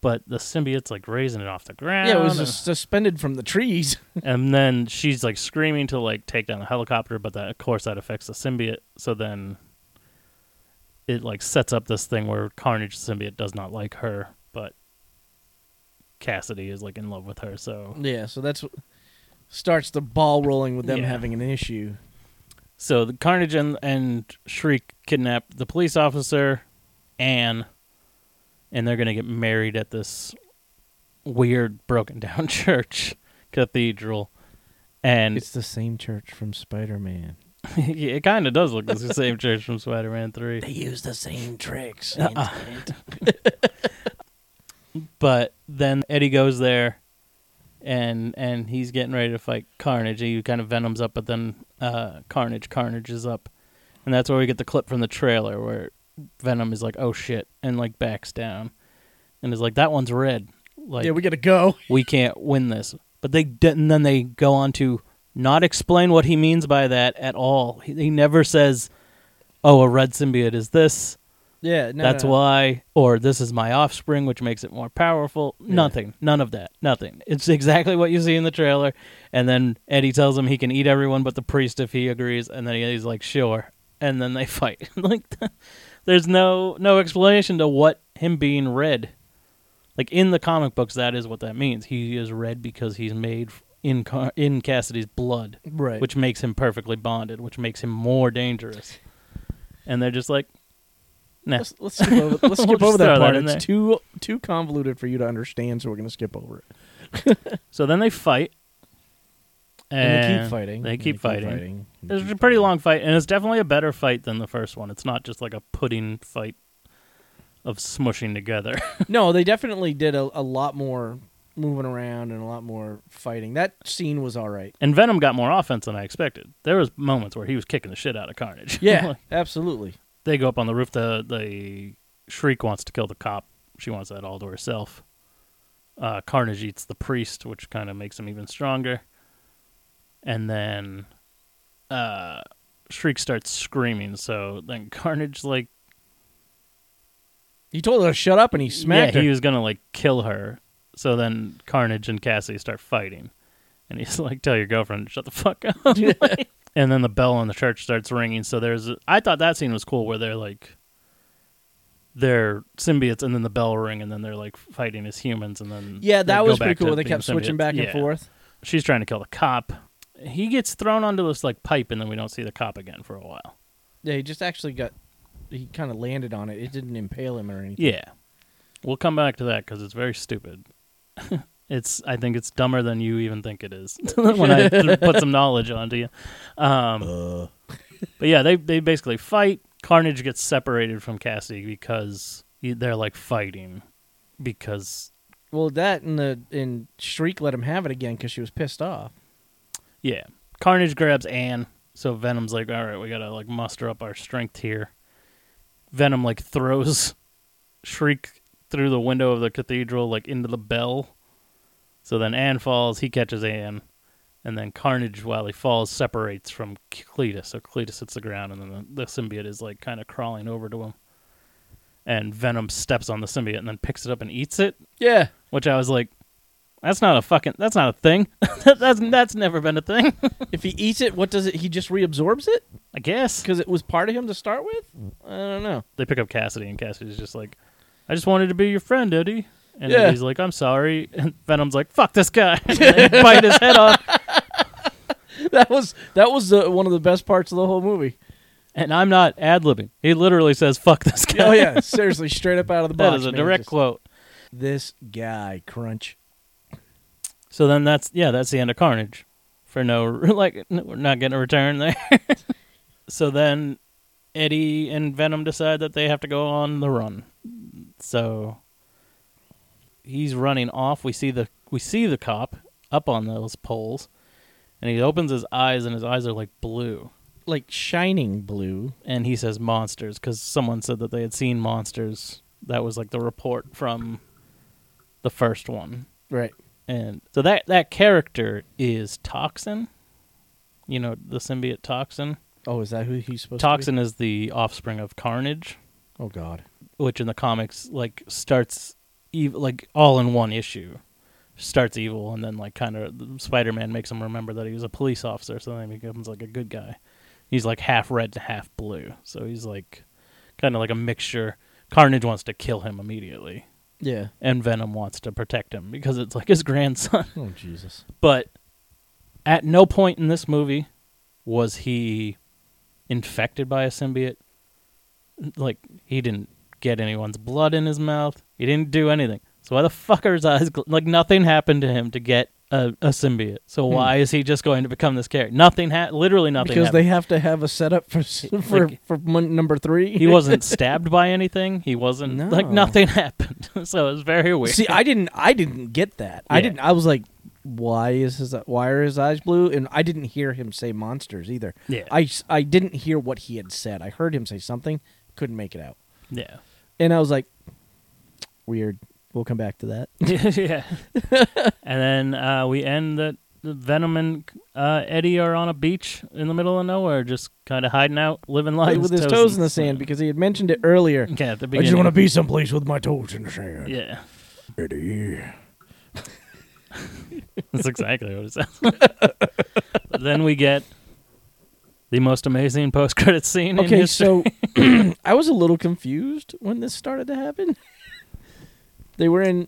Speaker 3: but the symbiote's like raising it off the ground.
Speaker 5: Yeah, it was
Speaker 3: and-
Speaker 5: just suspended from the trees.
Speaker 3: and then she's like screaming to like take down the helicopter but that of course that affects the symbiote so then it like sets up this thing where carnage the symbiote does not like her but cassidy is like in love with her so
Speaker 5: Yeah, so that's what starts the ball rolling with them
Speaker 3: Yeah.
Speaker 5: having an issue.
Speaker 3: so the carnage and, and shriek kidnap the police officer anne and they're gonna get married at this weird broken down church cathedral and
Speaker 5: It's the same church from Spider Man.
Speaker 3: Yeah, it kind of does look like the same church from Spider Man 3.
Speaker 5: use the same tricks.
Speaker 3: But then Eddie goes there and and he's getting ready to fight Carnage. He kind of venoms up, but then uh, Carnage Carnage is up. And that's where we get the clip from the trailer where Venom is like, oh shit, and like backs down. And is like, that one's red. Like,
Speaker 5: yeah, we gotta go.
Speaker 3: we can't win this. But they didn't. Then they go on to not explain what he means by that at all. He, he never says, "Oh, a red symbiote is this.
Speaker 5: Yeah, no,
Speaker 3: that's
Speaker 5: no, no.
Speaker 3: why," or "This is my offspring, which makes it more powerful." Nothing. None of that. Nothing. It's exactly what you see in the trailer. And then Eddie tells him he can eat everyone but the priest if he agrees. And then he's like, "Sure." And then they fight. like, there's no no explanation to what him being red like in the comic books that is what that means he is red because he's made f- in Car- in cassidy's blood
Speaker 5: Right.
Speaker 3: which makes him perfectly bonded which makes him more dangerous and they're just like nah
Speaker 5: let's, let's skip over, let's skip
Speaker 3: We'll just throw
Speaker 5: over that
Speaker 3: that
Speaker 5: part.
Speaker 3: in
Speaker 5: it's
Speaker 3: there.
Speaker 5: too too convoluted for you to understand, so we're gonna skip over it.
Speaker 3: so then they fight
Speaker 5: And, they keep fighting.
Speaker 3: they
Speaker 5: and
Speaker 3: keep fighting,
Speaker 5: and they
Speaker 3: It's
Speaker 5: keep
Speaker 3: a pretty
Speaker 5: fighting.
Speaker 3: long fight, and it's definitely a better fight than the first one. It's not just like a pudding fight of smushing together.
Speaker 5: No, they definitely did a, a lot more moving around and a lot more fighting. That scene was all right.
Speaker 3: and Venom got more offense than I expected. There was moments where he was kicking the shit out of Carnage.
Speaker 5: Yeah,
Speaker 3: Like,
Speaker 5: absolutely.
Speaker 3: they go up on the roof. The the shriek wants to kill the cop. She wants that all to herself. Uh, Carnage eats the priest, which kind of makes him even stronger. And then uh, Shriek starts screaming. So then Carnage like
Speaker 5: He told her to shut up, and he smacked
Speaker 3: yeah,
Speaker 5: her.
Speaker 3: he was gonna like kill her. So then Carnage and Cassie start fighting, and he's like, "Tell your girlfriend, to shut the fuck up." and then the bell in the church starts ringing. So there's, I thought that scene was cool where they're like, they're symbiotes, and then the bell ring, and then they're like fighting as humans, and then
Speaker 5: yeah,
Speaker 3: they
Speaker 5: that
Speaker 3: go
Speaker 5: was pretty
Speaker 3: back to
Speaker 5: cool. They
Speaker 3: being
Speaker 5: kept switching
Speaker 3: symbiotes.
Speaker 5: back and
Speaker 3: Yeah.
Speaker 5: forth.
Speaker 3: She's trying to kill the cop. He gets thrown onto this like pipe, and then we don't see the cop again for a while.
Speaker 5: Yeah, he just actually got. He kind of landed on it. It didn't impale him or anything.
Speaker 3: Yeah, we'll come back to that because it's very stupid. it's I think it's dumber than you even think it is when I th- put some knowledge onto you. Um, But yeah, they they basically fight. Carnage gets separated from Cassidy because he- they're like fighting because
Speaker 5: Well, that and the and Shriek let him have it again because she was pissed off.
Speaker 3: yeah. Carnage grabs Anne, so Venom's like, all right, we gotta like muster up our strength here. Venom like throws Shriek through the window of the cathedral, like into the bell. So then Anne falls, he catches Anne, and then Carnage, while he falls, separates from Cletus. So Cletus hits the ground, and then the, the symbiote is like kind of crawling over to him. And Venom steps on the symbiote and then picks it up and eats it,
Speaker 5: Yeah,
Speaker 3: which I was like, that's not a fucking, that's not a thing. that's that's never been a thing.
Speaker 5: if he eats it, what does it? He just reabsorbs it.
Speaker 3: I guess
Speaker 5: because it was part of him to start with. I don't know.
Speaker 3: they pick up Cassidy, and Cassidy's just like, "I just wanted to be your friend, Eddie." And
Speaker 5: Yeah.
Speaker 3: Eddie's like, "I'm sorry." And Venom's like, "Fuck this guy!" and they bite his head off.
Speaker 5: That was that was the, one of the best parts of the whole movie.
Speaker 3: And I'm not ad libbing. He literally says, "Fuck this guy."
Speaker 5: Oh yeah, seriously, straight up out of the box.
Speaker 3: that is a
Speaker 5: man,
Speaker 3: direct
Speaker 5: just,
Speaker 3: quote.
Speaker 5: This guy, Crunch.
Speaker 3: So then that's yeah, that's the end of Carnage. For no like n- we're not getting a return there. so then Eddie and Venom decide that they have to go on the run. So he's running off. We see the we see the cop up on those poles and he opens his eyes and his eyes are like blue
Speaker 5: like shining blue.
Speaker 3: and he says monsters cuz someone said that they had seen monsters. That was like the report from the first one.
Speaker 5: Right.
Speaker 3: and so that that character is Toxin. You know the symbiote Toxin.
Speaker 5: Oh, is that who he's supposed
Speaker 3: Toxin is the offspring of Carnage,
Speaker 5: to be? Oh god.
Speaker 3: which in the comics like starts evil, like all in one issue, starts evil, and then like kind of Spider-Man makes him remember that he was a police officer, so then he becomes like a good guy. He's like half red and half blue, so he's like kind of like a mixture. Carnage wants to kill him immediately,
Speaker 5: Yeah.
Speaker 3: and Venom wants to protect him because it's like his grandson.
Speaker 5: Oh Jesus.
Speaker 3: but at no point in this movie was he infected by a symbiote. Like he didn't get anyone's blood in his mouth. He didn't do anything. So why the fuck are his eyes gl- like nothing happened to him to get a, a symbiote? So why is he just going to become this character? Nothing ha- literally nothing.
Speaker 5: Hmm. because
Speaker 3: happened.
Speaker 5: they have to have a setup for s- for
Speaker 3: like-
Speaker 5: for mon- number three.
Speaker 3: he wasn't stabbed by anything. He wasn't like
Speaker 5: No.
Speaker 3: nothing happened. so it was very weird.
Speaker 5: See, I didn't. I didn't get that. I
Speaker 3: Yeah.
Speaker 5: didn't. I was like, why is his why are his eyes blue? And I didn't hear him say monsters either.
Speaker 3: Yeah.
Speaker 5: I s- I didn't hear what he had said. I heard him say something. Couldn't make it out.
Speaker 3: yeah.
Speaker 5: And I was like, weird. We'll come back to that.
Speaker 3: yeah. and then uh, we end that Venom and uh, Eddie are on a beach in the middle of nowhere, just kind of hiding out, living life
Speaker 5: with his toes in the sand because he had mentioned it earlier.
Speaker 3: Yeah, at the
Speaker 5: I
Speaker 3: beginning.
Speaker 5: just want to be someplace with my toes in the sand.
Speaker 3: Yeah,
Speaker 5: Eddie.
Speaker 3: that's exactly what it sounds. like. But then we get the most amazing post-credit scene. in
Speaker 5: Okay,
Speaker 3: history.
Speaker 5: so I was a little confused when this started to happen. they were in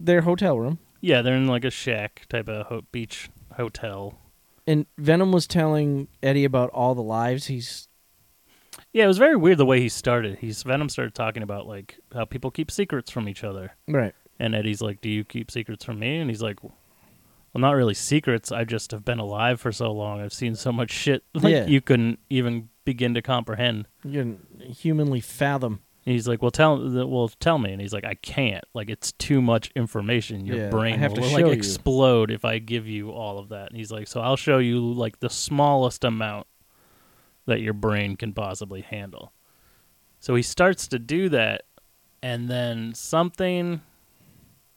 Speaker 5: their hotel room,
Speaker 3: yeah, they're in like a shack type of ho- beach hotel.
Speaker 5: and Venom was telling Eddie about all the lives he's.
Speaker 3: Yeah, it was very weird the way he started. He's Venom started talking about like how people keep secrets from each other.
Speaker 5: Right.
Speaker 3: And Eddie's like, "Do you keep secrets from me?" And he's like, "Well, not really secrets. I just have been alive for so long. I've seen so much shit like
Speaker 5: Yeah.
Speaker 3: you couldn't even begin to comprehend."
Speaker 5: You can humanly fathom.
Speaker 3: And he's like, "Well, tell well tell me." And he's like, "I can't. Like it's too much information. Your
Speaker 5: Yeah, I
Speaker 3: brain
Speaker 5: have
Speaker 3: will
Speaker 5: to
Speaker 3: like
Speaker 5: show you."
Speaker 3: explode if I give you all of that." And he's like, "So I'll show you like the smallest amount that your brain can possibly handle." So he starts to do that and then something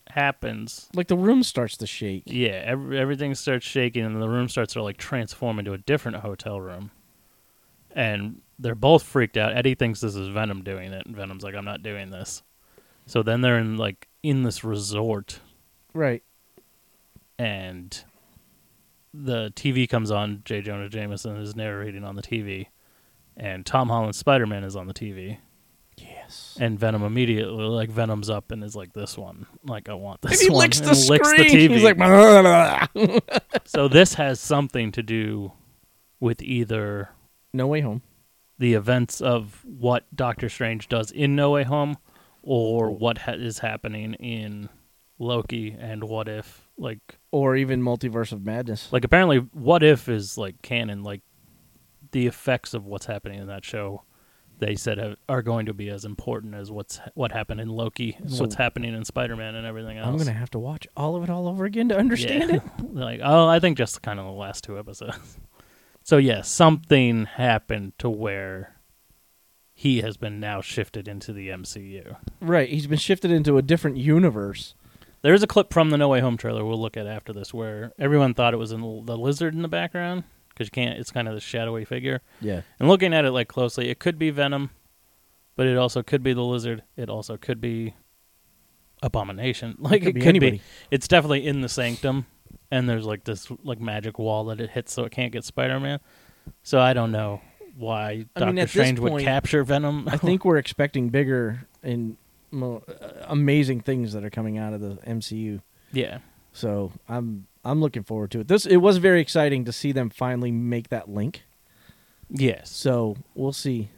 Speaker 3: happens
Speaker 5: Like the room starts to shake.
Speaker 3: yeah, ev everything starts shaking, and the room starts to like transform into a different hotel room. And they're both freaked out. Eddie thinks this is Venom doing it, and Venom's like, "I'm not doing this." So then they're in like in this resort,
Speaker 5: Right.
Speaker 3: and the TV comes on. J. Jonah Jameson is narrating on the TV, and Tom Holland's Spider Man is on the TV.
Speaker 5: Yes.
Speaker 3: And Venom immediately, like Venom's up and is like, "This one, like I want this
Speaker 5: And he
Speaker 3: one."
Speaker 5: licks the
Speaker 3: and
Speaker 5: screen.
Speaker 3: TV.
Speaker 5: He's like, "Blah, blah, blah."
Speaker 3: So this has something to do with either
Speaker 5: no way home.
Speaker 3: the events of what Doctor Strange does in No Way Home, or what ha- is happening in Loki and What If. Like,
Speaker 5: Or even multiverse of madness.
Speaker 3: like apparently, What If is like canon. Like, the effects of what's happening in that show, they said have, are going to be as important as what's what happened in Loki and
Speaker 5: So-
Speaker 3: what's happening in Spider Man and everything else.
Speaker 5: I'm gonna have to watch all of it all over again to understand it.
Speaker 3: Yeah. Like, oh, I think just kind of the last two episodes. So yeah, something happened to where he has been now shifted into the MCU.
Speaker 5: Right. He's been shifted into a different universe.
Speaker 3: There is a clip from the No Way Home trailer we'll look at after this where everyone thought it was in the lizard in the background because you can't. It's kind of the shadowy figure.
Speaker 5: Yeah.
Speaker 3: And looking at it like closely, it could be Venom, but it also could be the lizard. It also could be Abomination. Like it
Speaker 5: could
Speaker 3: could,
Speaker 5: be
Speaker 3: be,
Speaker 5: anybody.
Speaker 3: It's definitely in the sanctum, and there's like this like magic wall that it hits, so it can't get Spider Man. So I don't know why
Speaker 5: I mean,
Speaker 3: Doctor
Speaker 5: at this
Speaker 3: Strange would
Speaker 5: point,
Speaker 3: capture Venom.
Speaker 5: I think we're expecting bigger and more uh, amazing things that are coming out of the MCU.
Speaker 3: yeah,
Speaker 5: So I'm I'm looking forward to it. This it was very exciting to see them finally make that link.
Speaker 3: yes,
Speaker 5: So we'll see.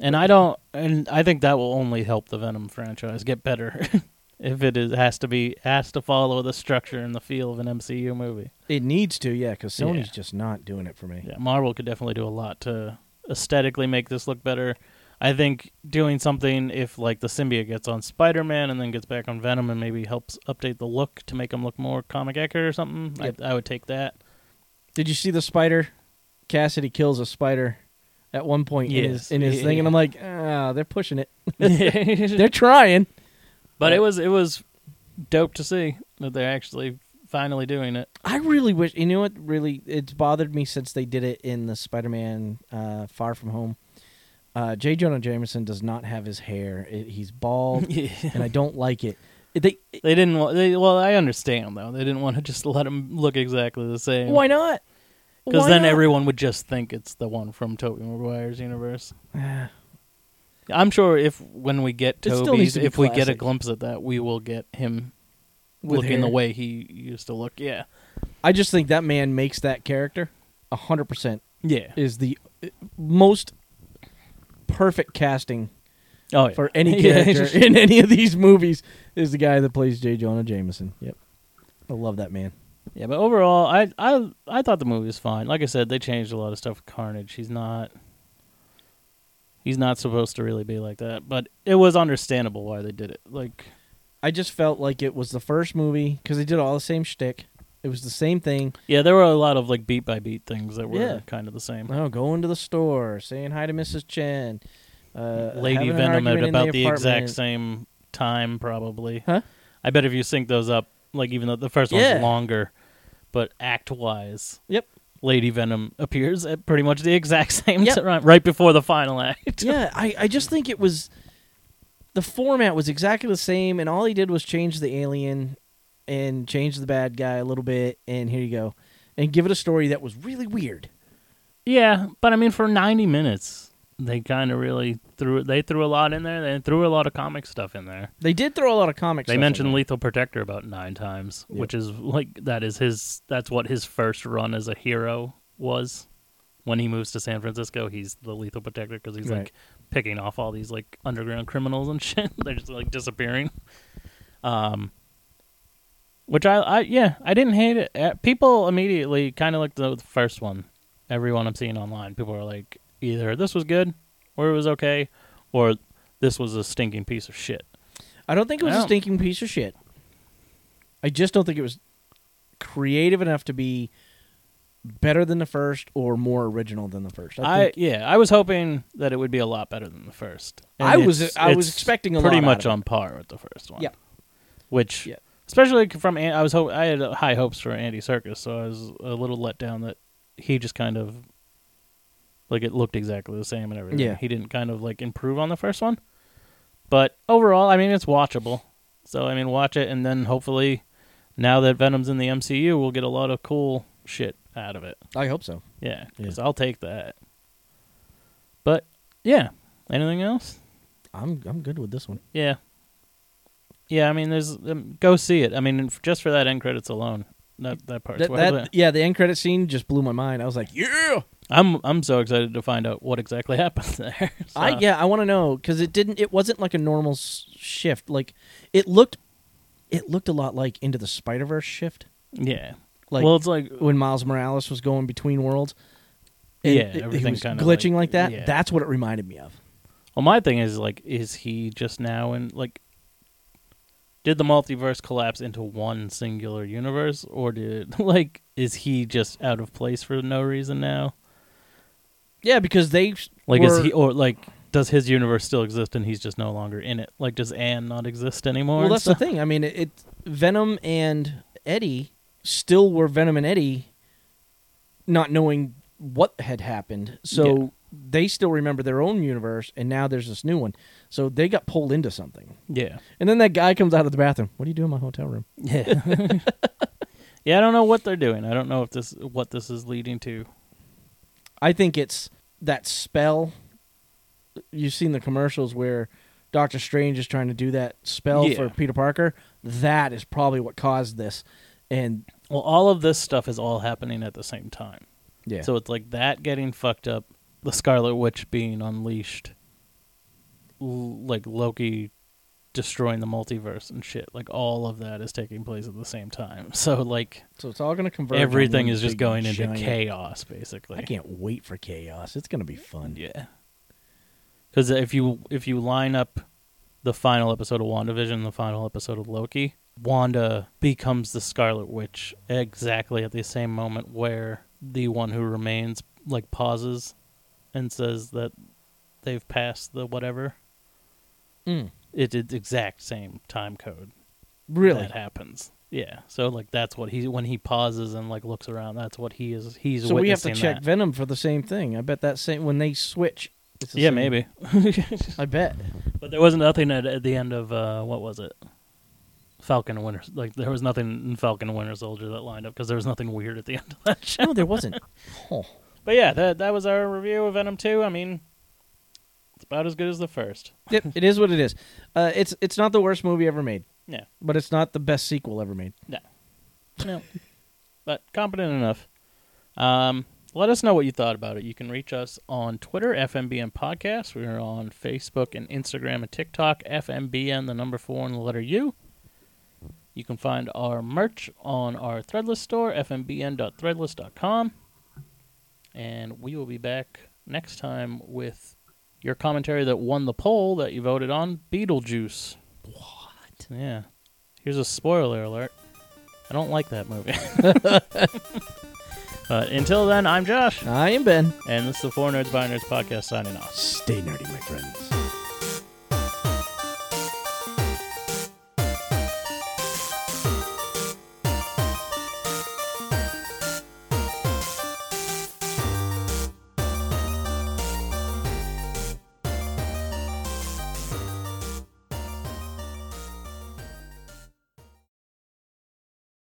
Speaker 3: and I don't, and I think that will only help the Venom franchise get better if it is has to be has to follow the structure and the feel of an MCU movie.
Speaker 5: It needs to, yeah, because Sony's
Speaker 3: Yeah.
Speaker 5: just not doing it for me.
Speaker 3: Yeah, Marvel could definitely do a lot to aesthetically make this look better. I think doing something if like the symbiote gets on Spider-Man and then gets back on Venom and maybe helps update the look to make him look more comic accurate or something.
Speaker 5: Yep.
Speaker 3: I, I would take that.
Speaker 5: Did you see the spider? Cassidy kills a spider at one point in
Speaker 3: Yes.
Speaker 5: his, in his thing, and I'm like, ah, they're pushing it. They're
Speaker 3: but
Speaker 5: trying.
Speaker 3: it was it was dope to see that they're actually finally doing it.
Speaker 5: I really wish you know what really it's bothered me since they did it in the Spider-Man uh, Far From Home. Uh, J. Jonah Jameson does not have his hair; it, he's bald, and I don't like it. They
Speaker 3: They didn't. wa- They, well, I understand though. They didn't want to just let him look exactly the same.
Speaker 5: why not?
Speaker 3: Because
Speaker 5: Why
Speaker 3: then
Speaker 5: not?
Speaker 3: everyone would just think it's the one from Tobey Maguire's universe. I'm sure if when we get
Speaker 5: It still needs
Speaker 3: Toby's,
Speaker 5: to be
Speaker 3: if we get a
Speaker 5: classic.
Speaker 3: glimpse at that, we will get him
Speaker 5: With
Speaker 3: looking
Speaker 5: hair.
Speaker 3: the way he used to look. Yeah,
Speaker 5: I just think that man makes that character hundred percent
Speaker 3: yeah.
Speaker 5: is the uh, most perfect casting
Speaker 3: Oh, yeah.
Speaker 5: for any
Speaker 3: Yeah.
Speaker 5: character in any of these movies is the guy that plays J. Jonah Jameson. Yep, I love that man.
Speaker 3: Yeah, but overall, I I I thought the movie was fine. Like I said, they changed a lot of stuff with Carnage. He's not he's not supposed to really be like that, but it was understandable why they did it. Like
Speaker 5: I just felt like it was the first movie because they did all the same shtick. It was the same thing.
Speaker 3: yeah, there were a lot of like beat by beat things that were
Speaker 5: Yeah.
Speaker 3: kind of the same.
Speaker 5: Oh, going to the store, saying hi to Mrs. Chen, uh,
Speaker 3: Lady
Speaker 5: having an
Speaker 3: Venom
Speaker 5: argument
Speaker 3: at
Speaker 5: in
Speaker 3: about the, exact
Speaker 5: apartment.
Speaker 3: same time probably.
Speaker 5: Huh?
Speaker 3: I bet if you sync those up, like even though the first
Speaker 5: Yeah.
Speaker 3: one's longer, but act wise,
Speaker 5: Yep.
Speaker 3: Lady Venom appears at pretty much the exact same
Speaker 5: Yep.
Speaker 3: time, right before the final act.
Speaker 5: yeah, I, I just think it was the format was exactly the same, and all he did was change the alien and change the bad guy a little bit, and here you go, and give it a story that was really weird.
Speaker 3: Yeah, but I mean, for ninety minutes, they kind of really threw they threw a lot in there. They threw a lot of comic stuff in there.
Speaker 5: They did throw a lot of comics.
Speaker 3: They mentioned Lethal Protector about nine times,
Speaker 5: Yeah.
Speaker 3: which is like that is his that's what his first run as a hero was. When he moves to San Francisco, he's the Lethal Protector because he's
Speaker 5: Right.
Speaker 3: like picking off all these like underground criminals and shit. They're just like disappearing. Um, which I, I yeah, I didn't hate it. Uh, People immediately kind of like the the first one. Everyone I'm seeing online, people are like either this was good or it was okay, or this was a stinking piece of shit.
Speaker 5: I don't think it was
Speaker 3: I
Speaker 5: a
Speaker 3: don't-
Speaker 5: stinking piece of shit. I just don't think it was creative enough to be better than the first or more original than the first. I,
Speaker 3: I,
Speaker 5: think,
Speaker 3: yeah, I was hoping that it would be a lot better than the first.
Speaker 5: I was-
Speaker 3: it's-
Speaker 5: I was
Speaker 3: it's
Speaker 5: expecting a
Speaker 3: pretty
Speaker 5: lot out
Speaker 3: much
Speaker 5: of it.
Speaker 3: on par with the first one.
Speaker 5: Yeah.
Speaker 3: which
Speaker 5: Yeah.
Speaker 3: especially from An- I was ho- I had uh, high hopes for Andy Circus, so I was a little let down that he just kind of like it looked exactly the same and everything.
Speaker 5: Yeah.
Speaker 3: he didn't kind of like improve on the first one, but overall, I mean, it's watchable. So I mean, watch it, and then hopefully, now that Venom's in the MCU, we'll get a lot of cool shit out of it.
Speaker 5: I hope so.
Speaker 3: Yeah,
Speaker 5: Yeah.
Speaker 3: because I'll take that. But yeah, anything else?
Speaker 5: I'm I'm good with this one.
Speaker 3: Yeah, yeah. I mean, there's um, go see it. I mean, f- just for that end credits alone, that that part's
Speaker 5: That,
Speaker 3: worth
Speaker 5: that
Speaker 3: it.
Speaker 5: yeah, the end credit scene just blew my mind. I was like, yeah,
Speaker 3: I'm I'm so excited to find out what exactly happened there. So,
Speaker 5: I yeah, I want to know because it didn't. It wasn't like a normal s- shift. Like it looked, it looked a lot like Into the Spider Verse shift.
Speaker 3: yeah.
Speaker 5: Like
Speaker 3: well, it's like
Speaker 5: when Miles Morales was going between worlds.
Speaker 3: Yeah,
Speaker 5: it- he
Speaker 3: everything
Speaker 5: was
Speaker 3: kinda
Speaker 5: glitching
Speaker 3: like-
Speaker 5: like, that.
Speaker 3: yeah.
Speaker 5: That's what it reminded me of.
Speaker 3: well, my thing is like, is he just now in like? Did the multiverse collapse into one singular universe, or did like is he just out of place for no reason now?
Speaker 5: Yeah, because they
Speaker 3: Like
Speaker 5: were,
Speaker 3: is he or like does his universe still exist and he's just no longer in it? Like does Anne not exist anymore?
Speaker 5: Well,
Speaker 3: and
Speaker 5: that's the
Speaker 3: stuff?
Speaker 5: thing. I mean, it, it Venom and Eddie still were Venom and Eddie, not knowing what had happened. So they still remember their own universe, and now there's this new one. So they got pulled into something.
Speaker 3: Yeah.
Speaker 5: And then that guy comes out of the bathroom. What do you do in my hotel room?
Speaker 3: Yeah. yeah, I don't know what they're doing. I don't know if this what this is leading to.
Speaker 5: I think it's that spell. You've seen the commercials where Doctor Strange is trying to do that spell
Speaker 2: Yeah.
Speaker 5: for Peter Parker. That is probably what caused this. And
Speaker 3: Well, all of this stuff is all happening at the same time.
Speaker 5: yeah,
Speaker 3: So it's like that getting fucked up, the Scarlet Witch being unleashed, l- like Loki destroying the multiverse and shit. Like all of that is taking place at the same time. So like
Speaker 5: so it's all going to convert.
Speaker 3: everything is just going into
Speaker 5: chaos.
Speaker 3: chaos basically.
Speaker 5: I can't wait for chaos. It's going to be fun.
Speaker 3: Yeah. Cuz if you if you line up the final episode of WandaVision and the final episode of Loki, Wanda becomes the Scarlet Witch exactly at the same moment where the one who remains like pauses and says that they've passed the whatever.
Speaker 5: Mm,
Speaker 3: It did the exact same time code
Speaker 5: really?
Speaker 3: that happens. Yeah. So like that's what he when he pauses and like looks around, that's what he is he's
Speaker 5: So we have to
Speaker 3: witnessing
Speaker 5: check
Speaker 3: that.
Speaker 5: Venom for the same thing. I bet that same when they switch. It's the
Speaker 3: yeah,
Speaker 5: same-
Speaker 3: maybe.
Speaker 5: I bet.
Speaker 3: But there was nothing at, at the end of uh, what was it? Falcon and Winter like there was nothing in Falcon and Winter Soldier that lined up because there was nothing weird at the end of that show.
Speaker 5: No, there wasn't. Oh,
Speaker 3: But yeah, that that was our review of Venom Two. I mean, it's about as good as the first.
Speaker 5: it, it is what it is. Uh, it's it's not the worst movie ever made,
Speaker 3: Yeah,
Speaker 5: but it's not the best sequel ever made.
Speaker 3: no, no, but competent enough. Um, let us know what you thought about it. You can reach us on Twitter, FMBN Podcast. We are on Facebook and Instagram and TikTok, FMBN, the number four and the letter U. You can find our merch on our Threadless store, fmbn.threadless.com. And we will be back next time with your commentary that won the poll that you voted on Beetlejuice. What? Yeah. Here's a spoiler alert I don't like that movie. but until then, I'm Josh.
Speaker 5: I am Ben.
Speaker 3: And this is the Four Nerds by Nerds podcast signing off.
Speaker 5: Stay nerdy, my friends.